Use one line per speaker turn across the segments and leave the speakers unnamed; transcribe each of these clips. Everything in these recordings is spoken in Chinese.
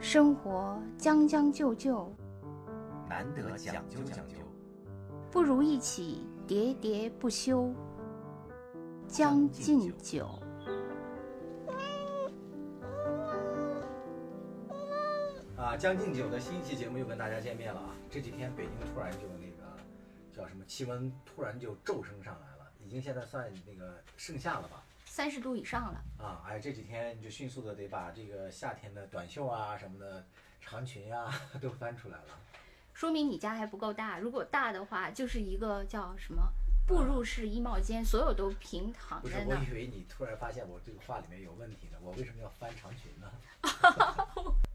生活将将就就，
难得讲究讲究，
不如一起喋喋不休。将进酒，
啊，《将进酒》的新一期节目又跟大家见面了啊！这几天北京突然就那个叫什么气温突然就骤升上来了，已经现在算那个盛夏了吧？
三十度以上了。
啊，哎，这几天你就迅速的得把这个夏天的短袖啊什么的、长裙啊 都翻出来了。
说明你家还不够大。如果大的话，就是一个叫什么步入式衣帽间，所有都平躺
不是
在，
我
那儿。
以为你突然发现我这个话里面有问题呢，我为什么要翻长裙 呢？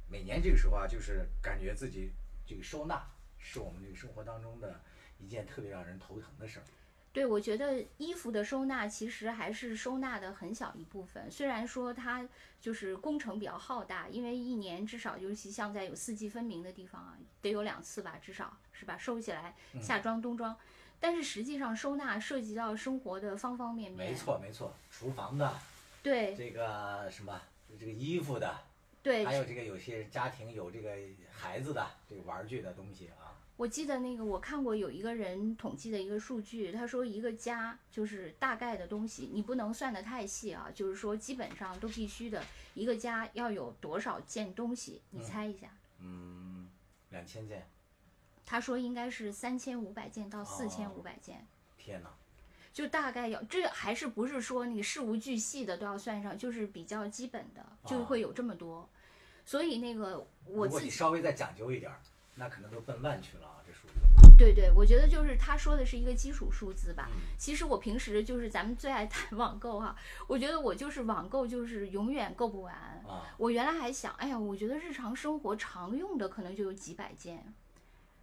每年这个时候啊，就是感觉自己这个收纳是我们这个生活当中的一件特别让人头疼的事儿。
对，我觉得衣服的收纳其实还是收纳的很小一部分，虽然说它就是工程比较浩大，因为一年至少，尤其像在有四季分明的地方啊，得有两次吧，至少是吧？收起来
嗯
夏装、冬装，但是实际上收纳涉及到生活的方方面面。
没，错没错，厨房的
对
这个什么这个衣服的，
对，
还有这个有些家庭有这个孩子的这个玩具的东西啊，
我记得那个我看过有一个人统计的一个数据，他说一个家就是大概的东西，你不能算得太细啊，就是说基本上都必须的，一个家要有多少件东西，你猜一下。
嗯，两千件，
他说应该是三千五百件到四千
哦
五百件，
天哪！
就大概要这还是不是说你事无巨细的都要算上，就是比较基本的就会有这么多。所以那个我
哦如果
自己
你稍微再讲究一点儿，那可能都奔万去了啊，这数字。
对对，我觉得就是他说的是一个基础数字吧。其实我平时就是咱们最爱谈网购哈、我觉得我就是网购就是永远购不完。
啊，
我原来还想，哎呀，我觉得日常生活常用的可能就有几百件，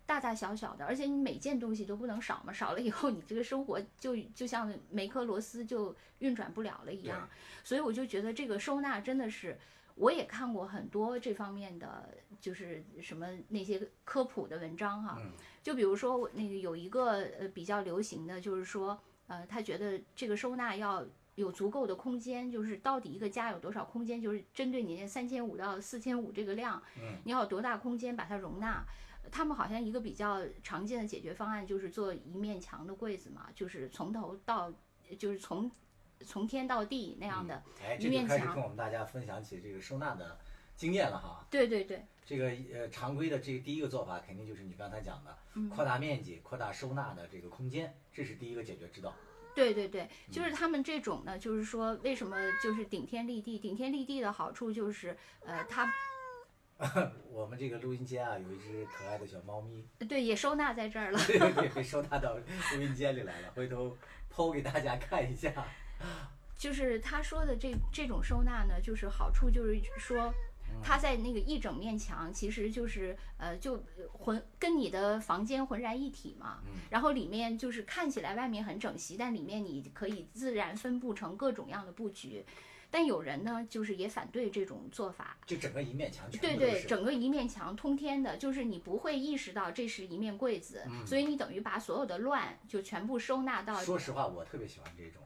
大大小小的，而且你每件东西都不能少嘛，少了以后你这个生活就就像每颗螺丝就运转不了了一样。所以我就觉得这个收纳真的是，我也看过很多这方面的，就是什么那些科普的文章哈、
嗯
就比如说我那个有一个呃比较流行的就是说，呃，他觉得这个收纳要。有足够的空间，就是到底一个家有多少空间，就是针对你那三千五到四千五这个量，
嗯
你要有多大空间把它容纳。他们好像一个比较常见的解决方案就是做一面墙的柜子嘛，就是从头到，就是从从天到地那样的。
哎，
一
这
面
就开始
墙
跟我们大家分享起这个收纳的经验了哈。
对对对，
这个呃，常规的这个第一个做法肯定就是你刚才讲的，
嗯
扩大面积、扩大收纳的这个空间，这是第一个解决之道。
对对对，就是他们这种呢，就是说为什么就是顶天立地？顶天立地的好处就是，呃，它
我们这个录音间啊，有一只可爱的小猫咪，
对也收纳在这儿了。
对对对，被收纳到录音间里来了，回头剖给大家看一下。
就是他说的这这种收纳呢，就是好处就是
嗯
说，他在那个一整面墙，其实就是呃，就浑跟你的房间浑然一体嘛。
嗯
然后里面就是看起来外面很整齐，但里面你可以自然分布成各种样的布局。但有人呢，就是也反对这种做法，
就整个一面墙全
对
部都
对，
是。
整个一面墙通天的，就是你不会意识到这是一面柜子，所以你等于把所有的乱就全部收纳到
嗯说实话，我特别喜欢这种。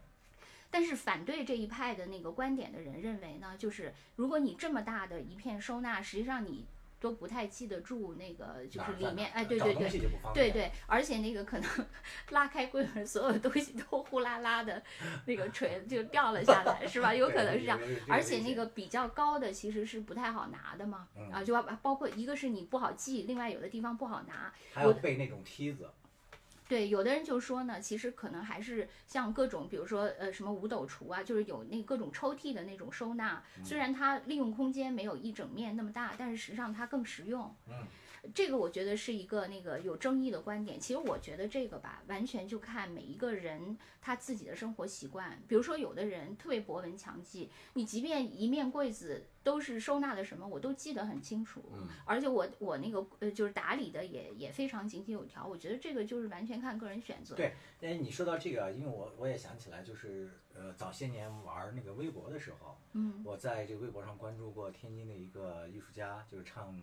但是反对这一派的那个观点的人认为呢，就是如果你这么大的一片收纳，实际上你都不太记得住那个就
哪
是
儿
里
在
面，
哪儿
哎，对
找
对
东
对。
西就不方
对
便。
对，而且那个可能 拉开柜门，所有东西都呼啦啦的，那个垂就掉了下来，是吧？有可能是这样。
有。有有这
而且
危
那
险
个比较高的其实是不太好拿的嘛，
嗯
啊，就要把包括一个是你不好记，另外有的地方不好拿，
还有
我
备那种梯子，
对，有的人就说呢，其实可能还是像各种，比如说呃什么五斗橱啊，就是有那各种抽屉的那种收纳，虽然它利用空间没有一整面那么大，但是实际上它更实用。
嗯，
这个我觉得是一个那个有争议的观点。其实我觉得这个吧，完全就看每一个人他自己的生活习惯。比如说，有的人特别博闻强记，你即便一面柜子都是收纳的什么，我都记得很清楚。
嗯，
而且我我那个呃就是打理的也也非常井井有条。我觉得这个就是完全看个人选择。
对哎，你说到这个，因为我我也想起来，就是呃，早些年玩那个微博的时候，
嗯，
我在这个微博上关注过天津的一个艺术家，就是唱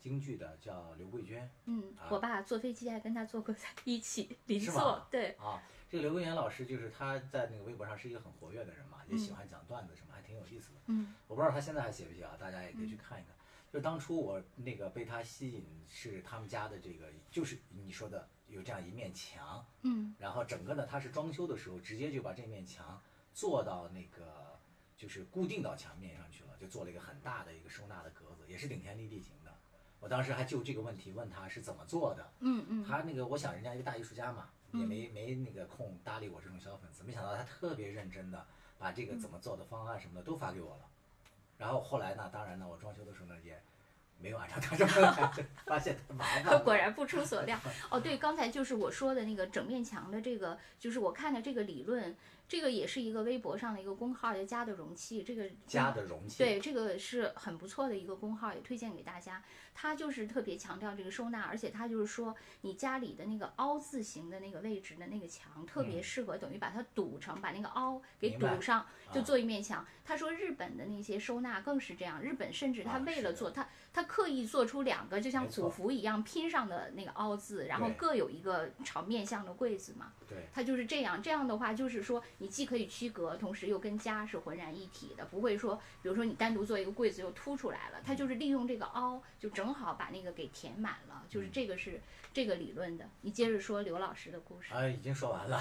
京剧的，叫刘桂娟
嗯
啊，
我爸坐飞机还跟他坐过 一起邻
是
座
吗，
对，
啊。这个刘桂娟老师就是她在那个微博上是一个很活跃的人嘛，也喜欢讲段子什么，还挺有意思的。
嗯
我不知道她现在还写不写啊，大家也可以去看一看。就当初我那个被他吸引，是他们家的这个，就是你说的有这样一面墙，
嗯
然后整个呢，他是装修的时候直接就把这面墙做到那个就是固定到墙面上去了，就做了一个很大的一个收纳的格子，也是顶天立地型的。我当时还就这个问题问他是怎么做的，
嗯嗯，
他那个我想人家一个大艺术家嘛，也没没那个空搭理我这种小粉丝，没想到他特别认真的把这
嗯
个怎么做的方案什么的都发给我了。然后后来呢，当然呢，我装修的时候呢也没有按照他这么来， 发现太麻烦了。
果然不出所 料。哦，对，刚才就是我说的那个整面墙的这个，就是我看的这个理论，这个也是一个微博上的一个公号叫“家的容器”，这个
家的容器，
对，这个是很不错的一个公号，也推荐给大家。它就是特别强调这个收纳，而且它就是说，你家里的那个凹字形的那个位置的那个墙，特别
嗯
适合等于把它堵成，把那个凹给
明
堵
白
上，就
啊
做一面墙。他说日本的那些收纳更是这样，日本甚至他
啊
为
是
了
的
做，他他刻意做出两个就像
没
古
错
服一样拼上的那个凹字，然后
对
各有一个朝面向的柜子嘛。
对
它就是这样。这样的话，就是说你既可以区隔，同时又跟家是浑然一体的，不会说，比如说你单独做一个柜子又凸出来了，它就是利用这个凹，就正好把那个给填满了。
嗯
就是这个是这个理论的。你接着说刘老师的故事。
啊，已经说完了。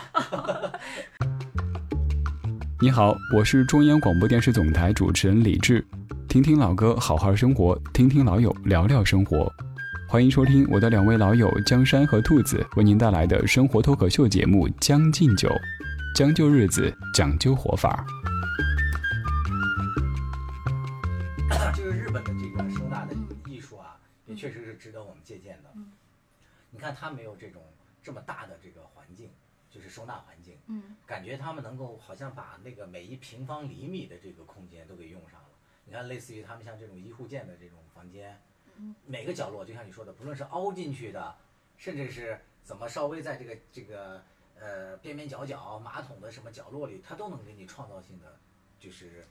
你好，我是中央广播电视总台主持人李志，听听老歌，好好生活，听听老友，聊聊生活。欢迎收听我的两位老友江山和兔子为您带来的生活脱口秀节目《将进酒》，将就日子，讲究活法。
就是日本的这
嗯
个收纳的艺术啊，也确实是值得我们借鉴的
嗯。
你看他没有这种这么大的这个环境，就是收纳环境，
嗯
感觉他们能够好像把那个每一平方厘米的这个空间都给用上了。你看，类似于他们像这种一户建的这种房间
嗯，
每个角落就像你说的，不论是凹进去的，甚至是怎么稍微在这个这个呃边边角角、马桶的什么角落里，它都能给你创造性的就是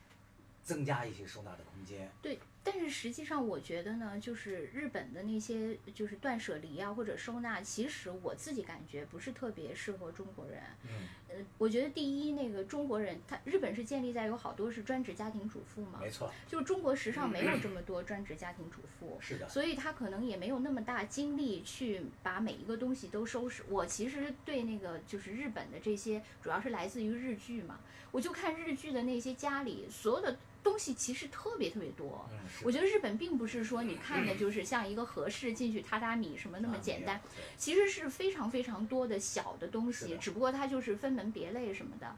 增加一些收纳的空间。
对，但是实际上我觉得呢，就是日本的那些就是断舍离啊或者收纳，其实我自己感觉不是特别适合中国人。
嗯，
呃，我觉得第一，那个中国人他日本是建立在有好多是专职家庭主妇嘛，
没错，
就是中国时尚没有这么多专职家庭主妇，
是的。
所以他可能也没有那么大精力去把每一个东西都收拾。我其实对那个就是日本的这些，主要是来自于日剧嘛，我就看日剧的那些家里所有的东西其实特别特别多。
嗯，是
我
的
觉得日本并不是说你看的就是像一个和室进去榻榻米什么那么
啊
简
没
单
有，对
其实是非常非常多的小的东
是
西，
的
只不过它就是分门别类什么的，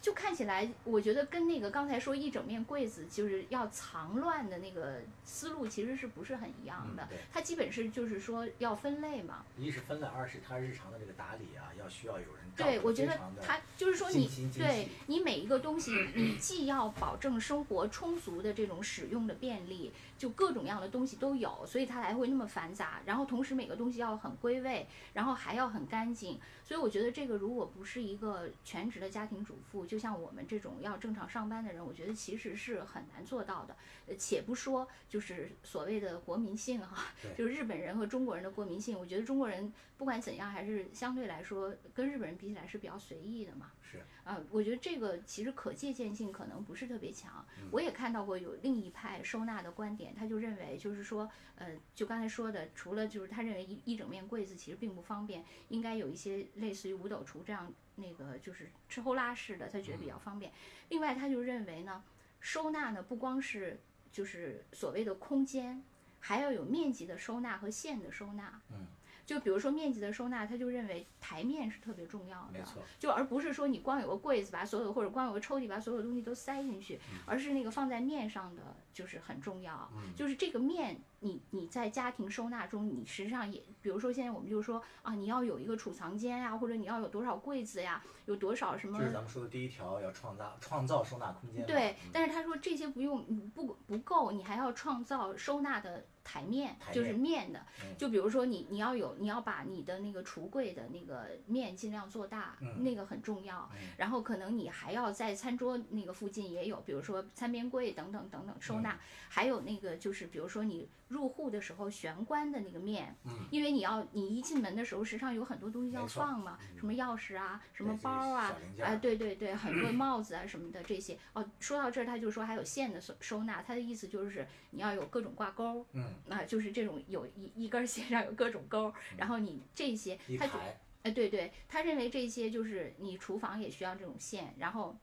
就看起来我觉得跟那个刚才说一整面柜子就是要藏乱的那个思路其实是不是很一样的
嗯对？
它基本是就是说要分类嘛。
一是分类，二是他日常的这个打理啊，要需要有人照顾，
对，我觉
非
得
常的
它就是说
尽
你
心尽
对
细
你每一个东西，你既要保证生活充足的这种使用的便利，就各种样的东西都有，所以它才会那么繁杂。然后同时每个东西要很归位，然后还要很干净。所以我觉得这个如果不是一个全职的家庭主妇，就像我们这种要正常上班的人，我觉得其实是很难做到的。呃，且不说就是所谓的国民性哈、
对
就是日本人和中国人的国民性，我觉得中国人不管怎样，还是相对来说跟日本人比起来是比较随意的嘛。
是
啊，我觉得这个其实可借鉴性可能不是特别强
嗯。
我也看到过有另一派收纳的观点，他就认为就是说，呃，就刚才说的，除了就是他认为一一整面柜子其实并不方便，应该有一些类似于五斗橱这样那个就是吃后拉式的，他觉得比
嗯
较方便。另外，他就认为呢，收纳呢不光是就是所谓的空间，还要有面积的收纳和线的收纳。
嗯，
就比如说面积的收纳，他就认为台面是特别重要的。
没错，
就而不是说你光有个柜子把所有或者光有个抽屉把所有东西都塞进去，而是那个放在面上的就是很重要。
嗯
就是这个面，你你在家庭收纳中，你实际上也，比如说现在我们就说啊，你要有一个储藏间呀、或者你要有多少柜子呀，有多少什么
就是咱们说的第一条，要创造创造收纳空间嘛。
对
嗯，
但是他说这些不用，嗯不不够，你还要创造收纳的台面，
台
就是
面
面的。
嗯
就比如说你你要有你要把你的那个橱柜的那个面尽量做大，
嗯
那个很重要。
嗯
然后可能你还要在餐桌那个附近也有，比如说餐边柜等等等等收
嗯
纳，还有那个就是比如说你入户的时候玄关的那个面，
嗯
因为你要你一进门的时候，时常有很多东西要
没错
放嘛，
嗯
什么钥匙啊，什
对
么
这
包
些
啊
小零，件
哎，
儿
对对对，很 多帽子啊什么的这些。哦，说到这儿，他就说还有线的收收纳，他的意思就是你要有各种挂钩儿。
嗯，
啊，就是这种有一一根儿线上有各种钩儿，然后你这些
一
他就
排
哎，对对，他认为这些就是你厨房也需要这种线，然后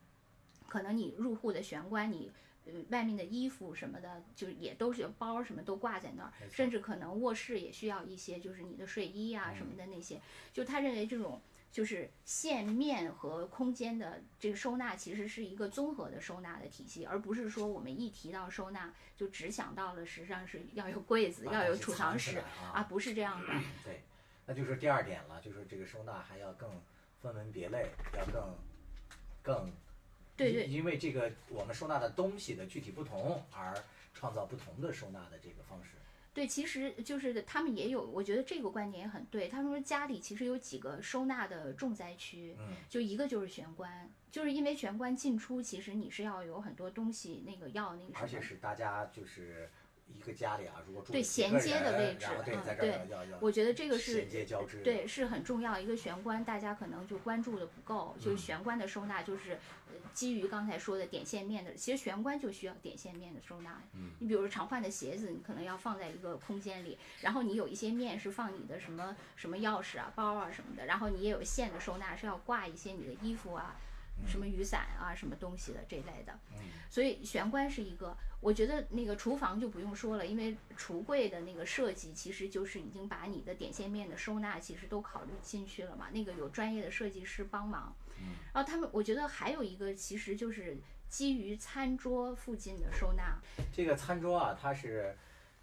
可能你入户的玄关，你呃外面的衣服什么的，就也都是有包儿什么都挂在那儿
没，错
甚至可能卧室也需要一些，就是你的睡衣啊什么
嗯
的那些。就他认为这种就是线面和空间的这个收纳，其实是一个综合的收纳的体系，而不是说我们一提到收纳就只想到了实际上是要有柜子，
把
要
东
有
西
储
藏
藏
起
室
来啊
啊，不是这 样的。
对，那就是第二点了，就是这个收纳还要更分门别类，要更更
对
因
对
因为这个我们收纳的东西的具体不同，而创造不同的收纳的这个方式。
对，其实就是他们也有，我觉得这个观点也很对。他说家里其实有几个收纳的重灾区，
嗯，
就一个就是玄关，就是因为玄关进出，其实你是要有很多东西那个要那个
而
什
且
么。
是大家就是一个家里啊，如果住
对
几个
衔接的
人
位置
然后对，
嗯
在这
对
儿要要要
我觉得这个是
衔接交织的。
对，是很重要一个玄关，大家可能就关注的不够，就是
嗯
玄关的收纳，就是呃基于刚才说的点线面的，其实玄关就需要点线面的收纳。
嗯，
你比如说常换的鞋子，你可能要放在一个空间里，然后你有一些面是放你的什么什么钥匙啊、包啊什么的，然后你也有线的收纳，是要挂一些你的衣服啊、什么雨伞啊、什么东西的这类的。
嗯，
所以玄关是一个，我觉得那个厨房就不用说了，因为橱柜的那个设计其实就是已经把你的点线面的收纳其实都考虑进去了嘛，那个有专业的设计师帮忙。
嗯，
然后他们，我觉得还有一个其实就是基于餐桌附近的收纳，
这个餐桌啊，它是，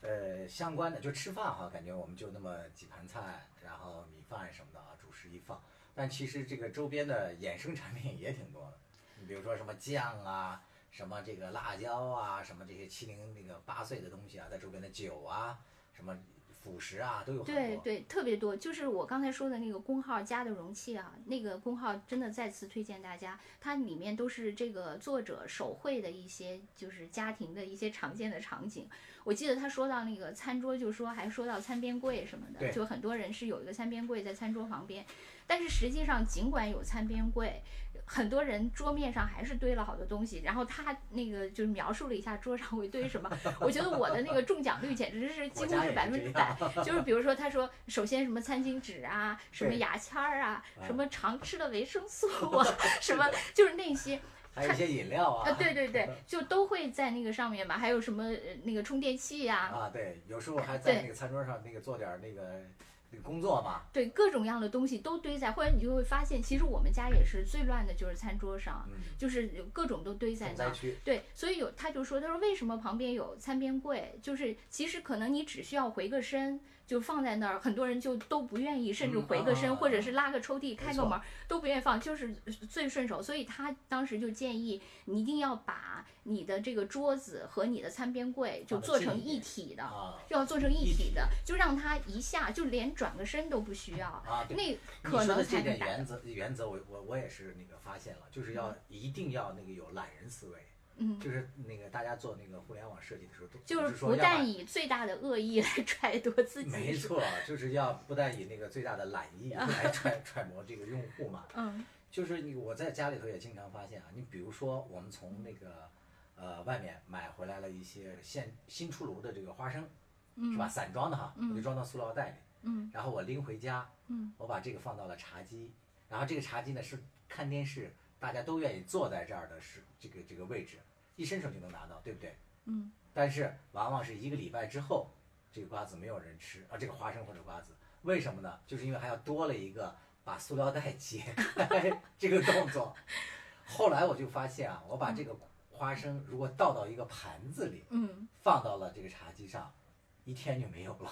呃，相关的，就吃饭哈、感觉我们就那么几盘菜，然后米饭什么的啊，主食一放。但其实这个周边的衍生产品也挺多的，你比如说什么酱啊，什么这个辣椒啊，什么这些七零那个八碎的东西啊，在周边的酒啊，什么辅食啊，都有很多。
对对，特别多。就是我刚才说的那个工号家的容器啊，那个工号真的再次推荐大家，它里面都是这个作者手绘的一些就是家庭的一些常见的场景。我记得他说到那个餐桌，就说还说到餐边柜什么的，
对
就很多人是有一个餐边柜在餐桌旁边，但是实际上尽管有餐边柜。很多人桌面上还是堆了好多东西，然后他那个就是描述了一下桌上会堆什么， 我觉得我的那个中奖率简直是几
我
乎
家
是
也
百
是
分
这
之
样
百， 就是比如说，他说，首先什么餐巾纸啊，什么
对
牙签儿啊，
啊
什么常吃的维生 素啊，什么就是那些
还有一些饮料
啊，
啊，
对对 对，就都会在那个上面嘛。还有什么呃那个充电器呀、
啊，对，有时候还在
对
那个餐桌上那个做点儿那个那个工作嘛，
对各种样的东西都堆在，或者你就会发现，其实我们家也是最乱的，就是餐桌上，
嗯，
就是有各种都堆在
重
那
灾
儿。
区，
对，所以有他就说，他说为什么旁边有餐边柜？就是其实可能你只需要回个身，就放在那儿，很多人就都不愿意，甚至
嗯
回个身，
啊
或者是拉个抽屉、开个
错
门儿都不愿意放，就是最顺手。所以他当时就建议你一定要把你的这个桌子和你的餐边柜就
放得
做
近
成
一
一
点
体的。
啊
要做成一
一
体
体
的，就让他一下就连转个身都不需要，
啊，对。
那
你
可
说
能
的这
才能
点
达到
原则，原则我我我也是那个发现了，就是要一定要那个有懒人思维，
嗯，
就是那个大家做那个互联网设计的时候，都
就是不
说要
但
把
以最大的恶意来 揣度自己，啊
没错，就是要不但以那个最大的懒 意来揣揣摩这个用户嘛。
嗯，
就是你我在家里头也经常发现啊，你比如说我们从那个呃外面买回来了一些现新出炉的这个花生，是吧？散装的哈，我就装到塑料袋里，
嗯，
然后我拎回家，
嗯，
我把这个放到了茶几，然后这个茶几呢是看电视，大家都愿意坐在这儿的是这个这个位置，一伸手就能拿到，对不对？
嗯，
但是往往是一个礼拜之后，这个瓜子没有人吃啊，这个花生或者瓜子，为什么呢？就是因为还要多了一个把塑料袋解开 这个动作。后来我就发现啊，我把这个花生如果倒到一个盘子里，
嗯，
放到了这个茶 几上，一天就没有了，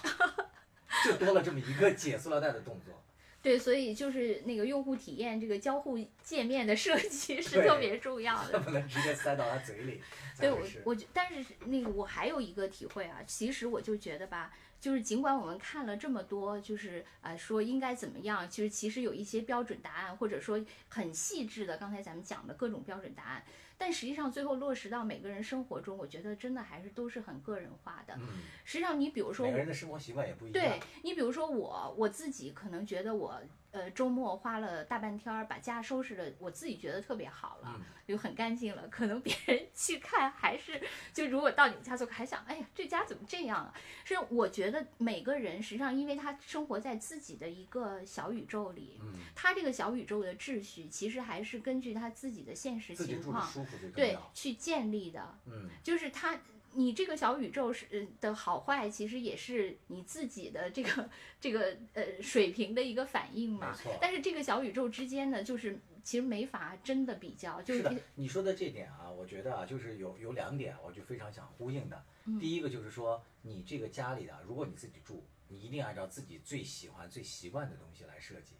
就多了这么一个解塑料袋的动作。
对，所以就是那个用户体验这个交互界面的设计是
对
特别重要 的
恨。不能直接塞到他 嘴里
对
才
我
合适。
我觉，但是那个我还有一个体会啊，其实我就觉得吧，就是尽管我们看了这么多，就是呃说应该怎么样，其实其实有一些标准答案，或者说很细致的，刚才咱们讲的各种标准答案，但实际上最后落实到每个人生活中，我觉得真的还是都是很个人化的。
嗯，
实际上，你比如说
每个
我
人的生活习惯也不一样
对。你，比如说我我自己可能觉得我呃周末花了大半天儿把家收拾的，我自己觉得特别好了，
嗯
就很干净了。可能别人去看还是就如果到你们家做客，还想哎呀这家怎么这样啊？是我觉得每个人实际上因为他生活在自己的一个小宇宙里，
嗯，
他这个小宇宙的秩序其实还是根据他自己的现实
自己
情
住着
况
舒服最重
对
要。
去建立的。
嗯，
就是它，你这个小宇宙是呃的好坏，其实也是你自己的这个这个呃水平的一个反应
没
嘛。
错。
但是这个小宇宙之间呢，就是其实没法真的比较，就是
的
是，
你说的这点啊，我觉得啊，就是有有两点，我就非常想呼应的。
嗯
第一个就是说，你这个家里的，啊如果你自己住，你一定按照自己最喜欢、最习惯的东西来设计，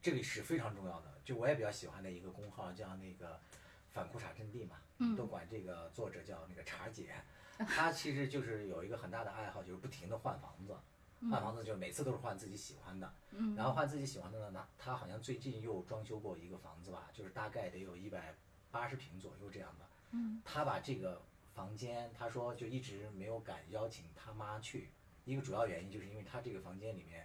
这个是非常重要的。就我也比较喜欢的一个公号叫那个反裤衩阵地嘛，
嗯
都管这个作者叫那个茶姐，她其实就是有一个很大的爱好，就是不停的换房子。换房子就是每次都是换自己喜欢的，
嗯
然后换自己喜欢的呢，那他好像最近又装修过一个房子吧，就是大概得有一百八十平左右这样的。
嗯，
他把这个房间，他说就一直没有敢邀请他妈去，一个主要原因就是因为他这个房间里面，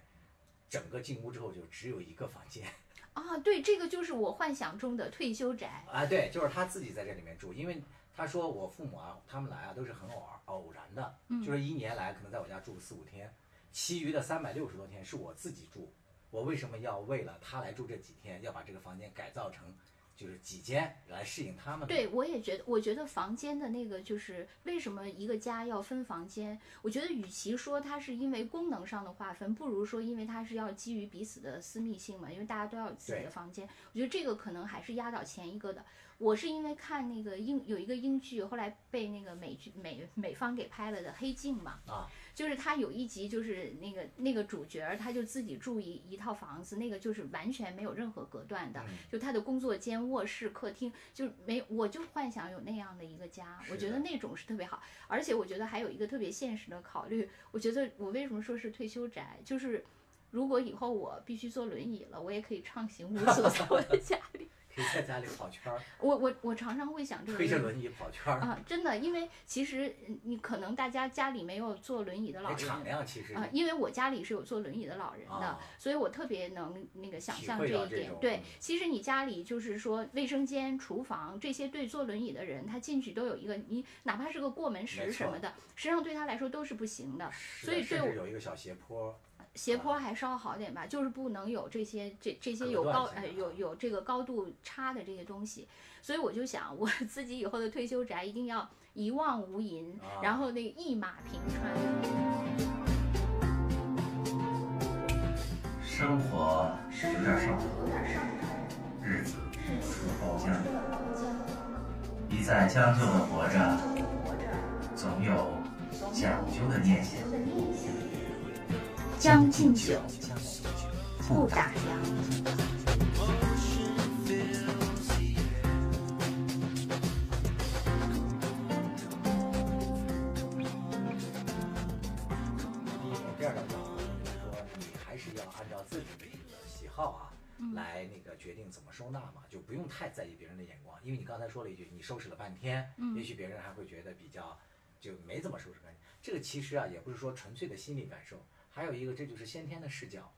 整个进屋之后就只有一个房间
啊，对，这个就是我幻想中的退休宅。
啊，对，就是他自己在这里面住，因为他说我父母啊，他们来啊都是很偶尔偶然的，
嗯
就是一年来可能在我家住个四五天，其余的三百六十多天是我自己住。我为什么要为了他来住这几天，要把这个房间改造成就是几间来适应他们的？
对，我也觉得，我觉得房间的那个就是为什么一个家要分房间？我觉得与其说它是因为功能上的划分，不如说因为它是要基于彼此的私密性嘛，因为大家都要有自己
对
的房间。我觉得这个可能还是压倒前一个的。我是因为看那个英有一个英剧，后来被那个美剧美美方给拍了的《黑镜》嘛，
啊，
就是他有一集就是那个那个主角儿，他就自己住一一套房子，那个就是完全没有任何隔断的，
嗯
就他的工作间、卧室、客厅，就是没我就幻想有那样的一个家，
是
我觉
的
得那种是特别好。而且我觉得还有一个特别现实的考虑，我觉得我为什么说是退休宅，就是。如果以后我必须坐轮椅了，我也可以畅行无阻 在我的家里。
可以在家里跑圈儿，
我我我常常会想这个
推着
问题
轮椅跑圈儿，
嗯啊，真的，因为其实嗯你可能大家家里没有坐轮椅的老
那
人，
敞亮其实
啊、因为我家里是有坐轮椅的老人的，
啊
所以我特别能那个想
体
象
会到
一
这
点
种。
对
嗯，
其实你家里就是说卫生间、厨房这些对坐轮椅的人，他进去都有一个，你哪怕是个过门
没
石
错
什么的，实际上对他来说都是不行的。
是
所
的
以对
甚
我
至有一个小斜坡，
斜坡还稍好点吧，就是不能有这些这这些有
隔断
高
性
呃
的
有有这个高度差的这些东西，所以我就想我 自己以后的退休宅一定要一望无垠，
啊
然后那个一马平川。
生活有点上头，日子有点将一再将就的活着，总有讲究的念想。
将进酒，不打烊。
第一点，第二点讲呢，就是说你还是要按照自己的喜好啊，来那个决定怎么收纳嘛，就不用太在意别人的眼光，因为你刚才说了一句，你收拾了半天，也许别人还会觉得比较就没怎么收拾干净。这个其实啊，也不是说纯粹的心理感受，还有一个这就是先天的视角。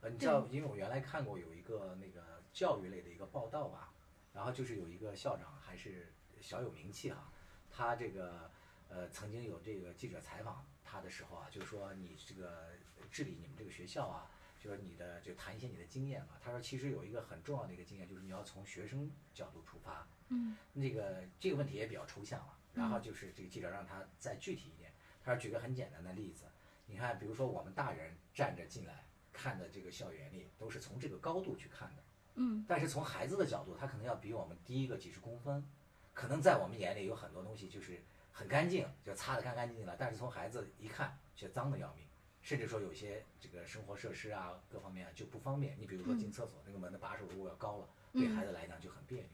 呃，你知道，因为我原来看过有一个那个教育类的一个报道吧，然后就是有一个校长还是小有名气哈、啊他这个呃曾经有这个记者采访他的时候啊，就是说你这个治理你们这个学校啊，就是你的就谈一些你的经验嘛。他说其实有一个很重要的一个经验，就是你要从学生角度出发。
嗯，
那个这个问题也比较抽象了，然后就是这个记者让他再具体一点。他说举个很简单的例子，你看，比如说我们大人站着进来看的这个校园里，都是从这个高度去看的。
嗯，
但是从孩子的角度，他可能要比我们低一个几十公分，可能在我们眼里有很多东西就是很干净，就擦得干干净净了，但是从孩子一看却脏得要命。甚至说有些这个生活设施啊各方面啊就不方便。你比如说进厕所那个门的把手如果要高了，对
嗯
孩子来讲就很别扭，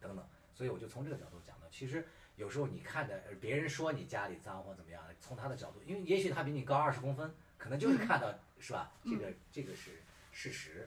等等。所以我就从这个角度讲呢，其实有时候你看着呃别人说你家里脏或怎么样，从他的角度，因为也许他比你高二十公分，可能
嗯
就是看到是吧？这个这个是事实，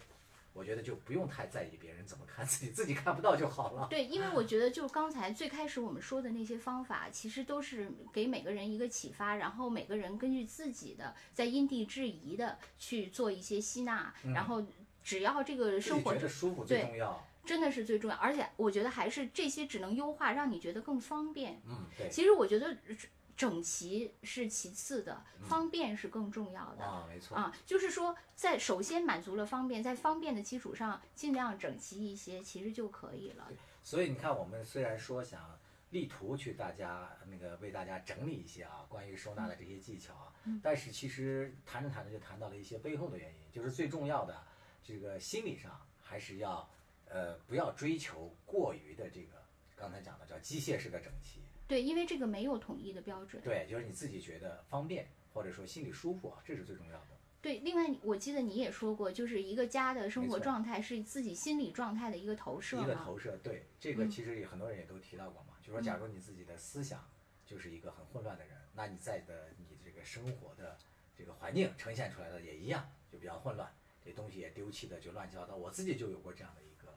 我觉得就不用太在意别人怎么看自己，自己看不到就好了。
对，因为我觉得就刚才最开始我们说的那些方法，其实都是给每个人一个启发，然后每个人根据自己的在因地制宜的去做一些吸纳，然后只要这个
嗯自己
生活
觉得舒服最
对
重要。
真的是最重要，而且我觉得还是这些只能优化，让你觉得更方便。
嗯，对。
其实我觉得整整齐是其次的，
嗯
方便是更重要的。
啊，没错。
啊，就是说，在首先满足了方便，在方便的基础上，尽量整齐一些，其实就可以了。
所以你看，我们虽然说想力图去大家那个为大家整理一些啊关于收纳的这些技巧啊，但是其实谈着谈着就谈到了一些背后的原因，就是最重要的这个心理上还是要呃不要追求过于的这个刚才讲的叫机械式的整齐，
对，因为这个没有统一的标准。
对，就是你自己觉得方便或者说心里舒服啊，这是最重要的。
对，另外我记得你也说过，就是一个家的生
没
活
错
状态是自己心理状态的一个投射
一个
嘛。
投射，对这个其实也很多人也都提到过嘛，就说假如你自己的思想就是一个很混乱的人，那你在的你这个生活的这个环境呈现出来的也一样，就比较混乱，这东西也丢弃的就乱七八糟。我自己就有过这样的一个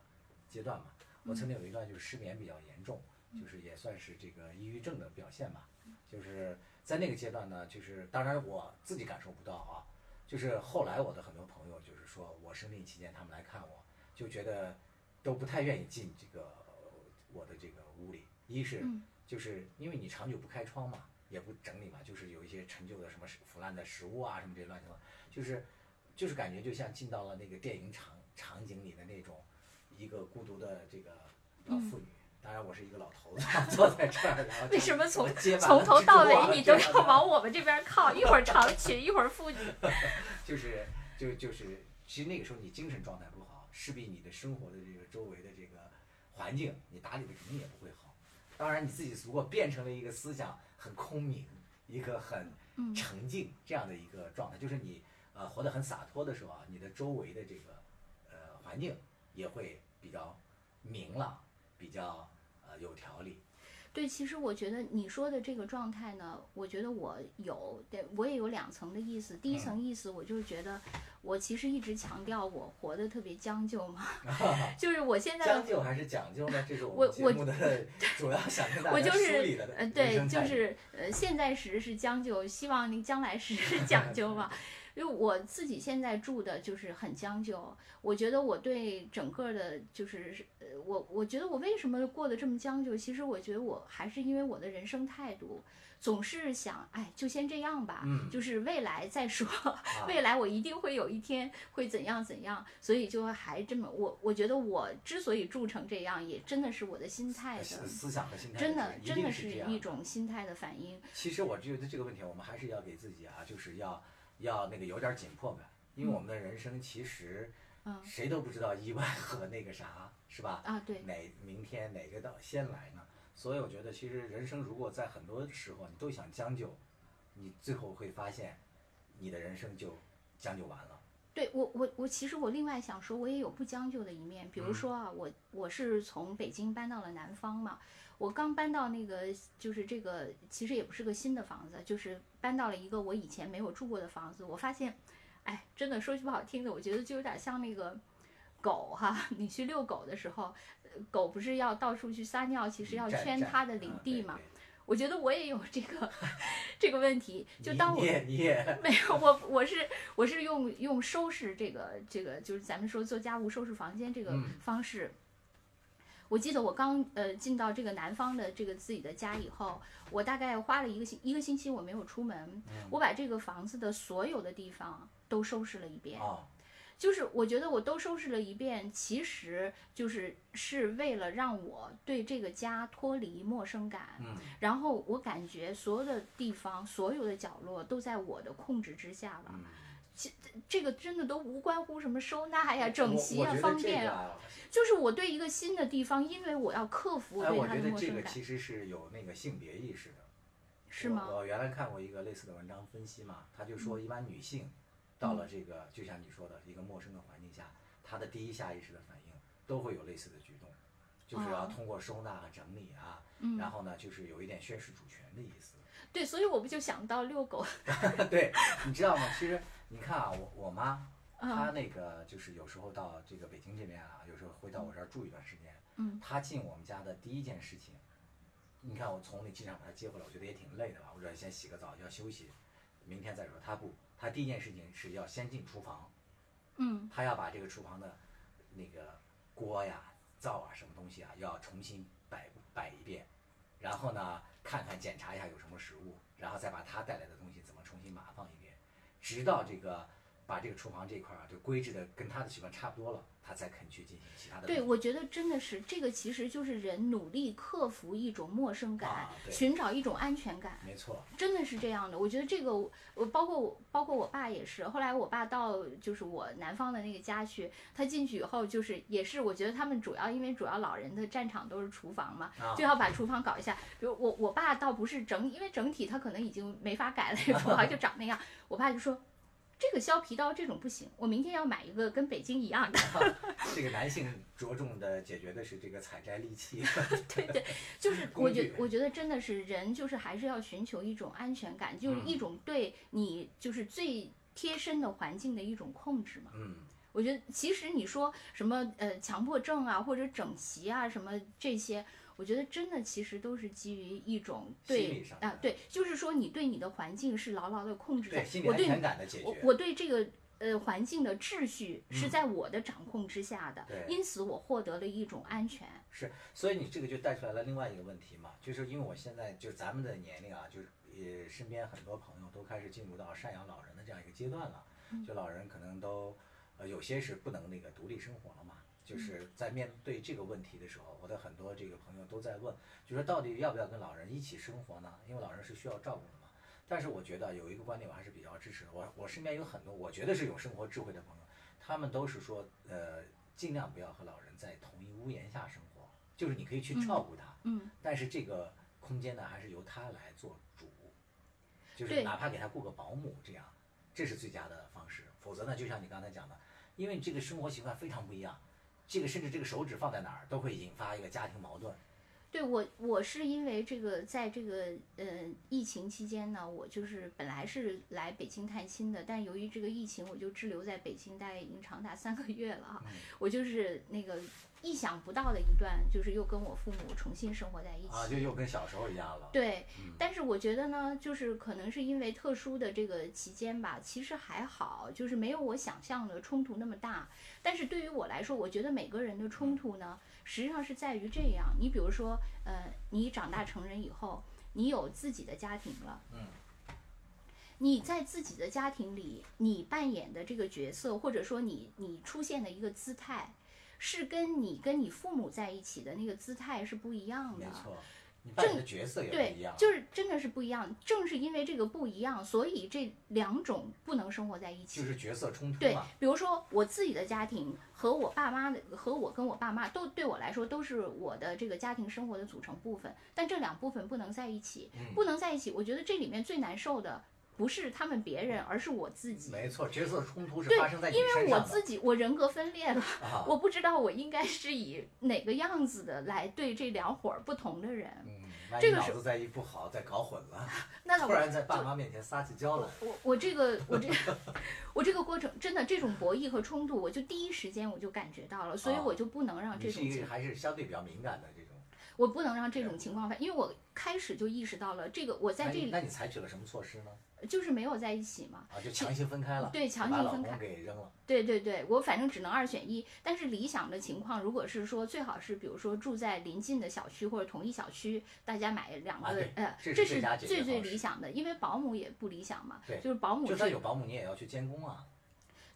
阶段嘛，我曾经有一段就是失眠比较严重，就是也算是这个抑郁症的表现吧，就是在那个阶段呢，就是当然我自己感受不到啊，就是后来我的很多朋友就是说我生病期间他们来看我，就觉得都不太愿意进这个呃我的这个屋里。一是
嗯
就是因为你长久不开窗嘛，也不整理嘛，就是有一些陈旧的什么食腐烂的食物啊什么这些乱七八糟，就是就是感觉就像进到了那个电影场场景里的那种一个孤独的这个老妇女。当然，我是一个老头子， 坐在这儿，然后
嗯为什么从
结巴
从头到
直播啊
尾你都
这
要
样的
往我们这边靠，一会儿长裙，一会儿妇女。
就是就就是，其实那个时候你精神状态不好，势必你的生活的这个周围的这个环境，你打理的肯定也不会好。当然，你自己如果变成了一个思想很空明、一个很
嗯
沉静这样的一个状态，就是你呃活得很洒脱的时候啊，你的周围的这个呃环境也会比较明朗，比较呃有条理。
对，其实我觉得你说的这个状态呢，我觉得我有，对我也有两层的意思。第
嗯
一层意思，我就是觉得我其实一直强调我活得特别将就 嘛，就是我现在
将就还是讲究呢？这是
我
们节
我
目的 主要想跟大
我
家
就
梳理
是
的
呃，
人
对，
生
就
态度
是呃，现在时是将就，希望您将来时是 讲究吧。因为我自己现在住的就是很将就，我觉得我对整个的，就是呃，我我觉得我为什么过得这么将就？其实我觉得我还是因为我的人生态度，总是想，哎，就先这样吧，
嗯
就是未来再说。
啊
未来我一定会有一天会怎样怎样，所以就还这么我我觉得我之所以住成这样，也真的是我的心态的
思思想和心态
真
的
的
是，一
真
定
的
是
是
这样
一。种心态的反应。
其实我觉得这个问题，我们还是要给自己啊，就是要要那个有点紧迫感，因为我们的人生其实
嗯
谁都不知道意外和那个啥是吧？
啊，对，
哪明天哪个到先来呢？所以我觉得，其实人生如果在很多时候你都想将就，你最后会发现，你的人生就将就完了。
对我我我其实我另外想说，我也有不将就的一面。
嗯
比如说啊，我我是从北京搬到了南方嘛，我刚搬到那个就是这个其实也不是个新的房子，就是搬到了一个我以前没有住过的房子。我发现，哎，真的说句不好听的，我觉得就有点像那个。狗哈、 你去遛狗的时候，呃狗不是要到处去撒尿，其实要
占
圈
占
它的领
嗯
地
对
嘛。
对
我觉得我也有这个 这个问题，就
你
当我
你也你也
没有，我我是我是用用收拾这个这个，就是咱们说做家务、收拾房间这个
嗯
方式。我记得我刚呃进到这个南方的这个自己的家以后，我大概花了一个星一个星期，我没有出门，我把这个房子的所有的地方都收拾了一遍。
啊，
就是我觉得我都收拾了一遍，其实就是是为了让我对这个家脱离陌生感。
嗯，
然后我感觉所有的地方、所有的角落都在我的控制之下
嗯
了。其这个真的都无关乎什么收纳哎呀、整齐
我
呀
我、觉得
方
这
便
个
啊，
啊
就是我对一个新的地方，因为我要克服我
哎，
对
我
它
觉
的
得
陌
这
生
个
感。
其实是有那个性别意识的，
是吗？嗯
我原来看过一个类似的文章分析嘛，他就说一般女性到了这个，就像你说的一个陌生的环境下，她的第一下意识的反应都会有类似的举动，就是要
哦
通过收纳和整理啊，
嗯
然后呢，就是有一点宣示主权的意思。
对，所以我不就想到遛狗，
对，你知道吗？其实你看啊，我我妈
嗯
她那个就是有时候到这个北京这边啊，有时候会到我这儿住一段时间。
嗯
她进我们家的第一件事情，你看我从那机场把她接回来，我觉得也挺累的吧，我说先洗个澡要休息，明天再说。她不，她第一件事情是要先进厨房，
嗯，
她要把这个厨房的那个锅呀、灶啊、什么东西啊，要重新摆摆一遍，然后呢，看看检查一下有什么食物，然后再把他带来的东西怎么重新码放一遍，直到这个把这个厨房这块儿啊，就规制的跟他的习惯差不多了，他才肯去进行其他的。
对，我觉得真的是这个，其实就是人努力克服一种陌生感，
啊对
寻找一种安全感。
没错，
真的是这样的，我觉得这个我我包括我包括我爸也是。后来我爸到就是我南方的那个家去，他进去以后就是也是，我觉得他们主要因为主要老人的战场都是厨房嘛，
啊
就要把厨房搞一下。比如我我爸倒不是整，因为整体他可能已经没法改了，厨房就长那样。我爸就说。这个削皮刀这种不行，我明天要买一个跟北京一样的。
这个男性着重的解决的是这个采摘利器，
对对， 就是
工
我觉
具
我觉得真的是人，就是还是要寻求一种安全感，就是
嗯
一种对你就是最贴身的环境的一种控制嘛。
嗯，
我觉得其实你说什么呃强迫症啊，或者整齐啊什么这些，我觉得真的其实都是基于一种
心理
对
上的
啊对，就是说你对你的环境是牢牢的控制
对
在
心，理
我
安
对
全
你
感的解
我
决，
我对这个呃环境的秩序是
嗯
在我的掌控之下的，
对
因此我获得了一种安全。
是，所以你这个就带出来了另外一个问题嘛，就是因为我现在就咱们的年龄啊，就是也身边很多朋友都开始进入到赡养老人的这样一个阶段了，就老人可能都呃有些是不能那个独立生活了嘛，就是在面对这个问题的时候，我的很多这个朋友都在问，就说到底要不要跟老人一起生活呢？因为老人是需要照顾的嘛。但是我觉得有一个观点我还是比较支持的，我我身边有很多我觉得是有生活智慧的朋友，他们都是说，呃，尽量不要和老人在同一屋檐下生活，就是你可以去照顾他，
嗯，
但是这个空间呢，还是由他来做主，就
对
是哪怕给他雇个保姆这样，这是最佳的方式。否则呢，就像你刚才讲的，因为你这个生活习惯非常不一样，这个甚至这个手指放在哪儿都会引发一个家庭矛盾。
对我，我是因为这个，在这个呃疫情期间呢，我就是本来是来北京探亲的，但由于这个疫情，我就滞留在北京，大概已经长达三个月了啊。我就是那个意想不到的一段，就是又跟我父母重新生活在一起。
啊，就又跟小时候一样了。
对，但是我觉得呢，就是可能是因为特殊的这个期间吧，其实还好，就是没有我想象的冲突那么大。但是对于我来说，我觉得每个人的冲突呢，实际上是在于这样：你比如说，呃，你长大成人以后，你有自己的家庭了，
嗯。
你在自己的家庭里，你扮演的这个角色，或者说你你出现的一个姿态，是跟你跟你父母在一起的那个姿态是不一样的。
没错，你扮演的角色也
对
不一样，。
就是真的是不一样。正是因为这个不一样，所以这两种不能生活在一起。
就是角色冲突
对
嘛。，
比如说我自己的家庭和我爸妈的，和我跟我爸妈都对我来说都是我的这个家庭生活的组成部分，但这两部分不能在一起，
嗯
不能在一起。我觉得这里面最难受的不是他们别人，而是我自己。
没错，角色冲突是
对
发生在，你
因为
身
我
上的。
自己我人格分裂了，
啊，
我不知道我应该是以哪个样子的来对这两伙儿不同的人。
嗯，万
这
一
个
脑
是
子再一不好，再搞混了，
那
突
我
然在爸
就
妈面前撒起娇来。
我我这个 我这我这个过程真的这种博弈和冲突，我就第一时间我就感觉到了，所以
啊
我就不能让
你
这
是
种
一
情
个还是相对比较敏感的这种。
我不能让这种情况发，因为我开始就意识到了这个我在
那
这
你
里
那你采取了什么措施呢？
就是没有在一起嘛，
啊，就强行分开了，
对强
把
行
老
分
公
开
给扔了。
对对对，我反正只能二选一。但是理想的情况，如果是说最好是，比如说住在邻近的小区或者同一小区，大家买两个，
啊对
呃，
这是
这
最
是
佳解决
最最
方式
理想的，因为保姆也不理想嘛，
对
就是保姆
就是算有保姆，你也要去监工啊。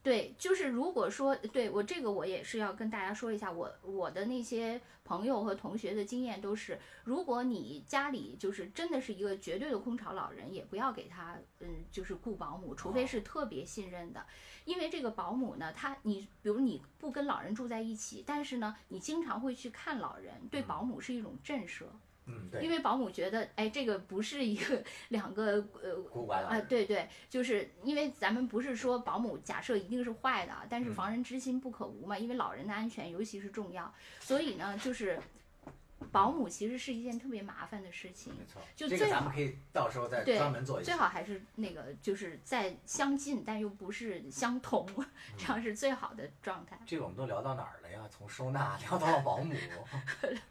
对，就是如果说对我这个，我也是要跟大家说一下，我我的那些朋友和同学的经验都是，如果你家里就是真的是一个绝对的空巢老人，也不要给他嗯，就是雇保姆，除非是特别信任的，因为这个保姆呢，他你比如你不跟老人住在一起，但是呢，你经常会去看老人，对保姆是一种震慑。
嗯，对，
因为保姆觉得，哎，这个不是一个 两个呃
孤寡
啊，
老
对对，就是因为咱们不是说保姆假设一定是坏的啊，但是
嗯
防人之心不可无嘛，因为老人的安全尤其是重要，所以呢，就是保姆其实是一件特别麻烦的事情，
没错，
就
这个
最
咱
好
们可以到时候再
对
专门做一
最
下。
好还是那个就是在相近但又不是相同，
嗯
这样是最好的状态。
这个我们都聊到哪儿了呀？从收纳聊到了保姆，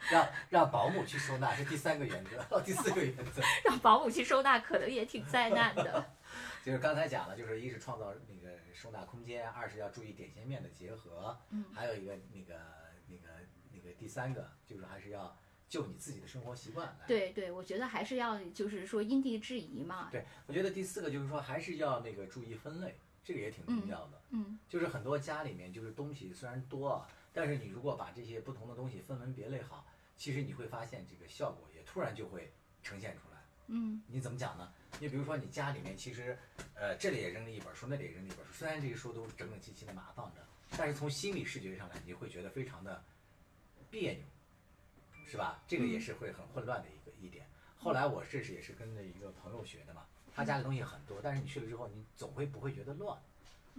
让让保姆去收纳是第三个原则， 第四个原则
让保姆去收纳可能也挺灾难 的，
就是刚才讲了，就是一是创造那个收纳空间，二是要注意点线面的结合，
嗯
还有一个那个那个那个第三个就是还是要就你自己的生活习惯来。
对对，我觉得还是要就是说因地制宜嘛，
对，我觉得第四个就是说还是要那个注意分类，这个也挺重要的。
嗯
就是很多家里面就是东西虽然多啊，但是你如果把这些不同的东西分门别类好，其实你会发现这个效果也突然就会呈现出来。
嗯。
你怎么讲呢？你比如说你家里面其实，呃，这里也扔了一本书，那里也扔了一本书，虽然这些书都整整齐齐的码放着，但是从心理视觉上来，你会觉得非常的别扭，是吧？这个
嗯
也是会很混乱的一个一点。后来我这是也是跟着一个朋友学的嘛，他家里东西很多，但是你去了之后，你总会不会觉得乱。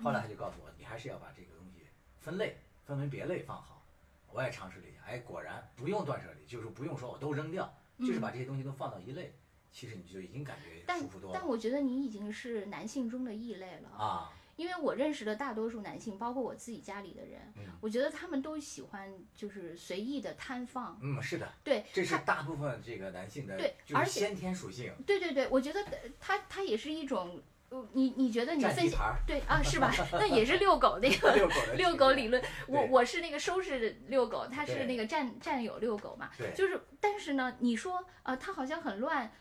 后来他就告诉我，你还是要把这个东西分类、分门别类放好。我也尝试了一下，哎，果然不用断舍离，就是不用说我都扔掉，就是把这些东西都放到一类，其实你就已经感觉
嗯但
舒服多
但
了
我觉得你已经是男性中的异类了，
啊。
因为我认识的大多数男性，包括我自己家里的人，
嗯
我觉得他们都喜欢就是随意的摊放。
嗯，是的，
对，
这是
他
大部分这个男性的
对，
就
而
是
且
先天属性，
对对对，我觉得呃他他也是一种，呃你你觉得你
占
分
地
析
盘 儿，
对啊是吧？ 那也是遛狗那个
遛狗的
遛
习
狗
惯
理论，我
对
我是那个收拾遛狗，他是
对
那个占占有遛狗嘛，
对
就是但是呢，你说呃他好像很乱，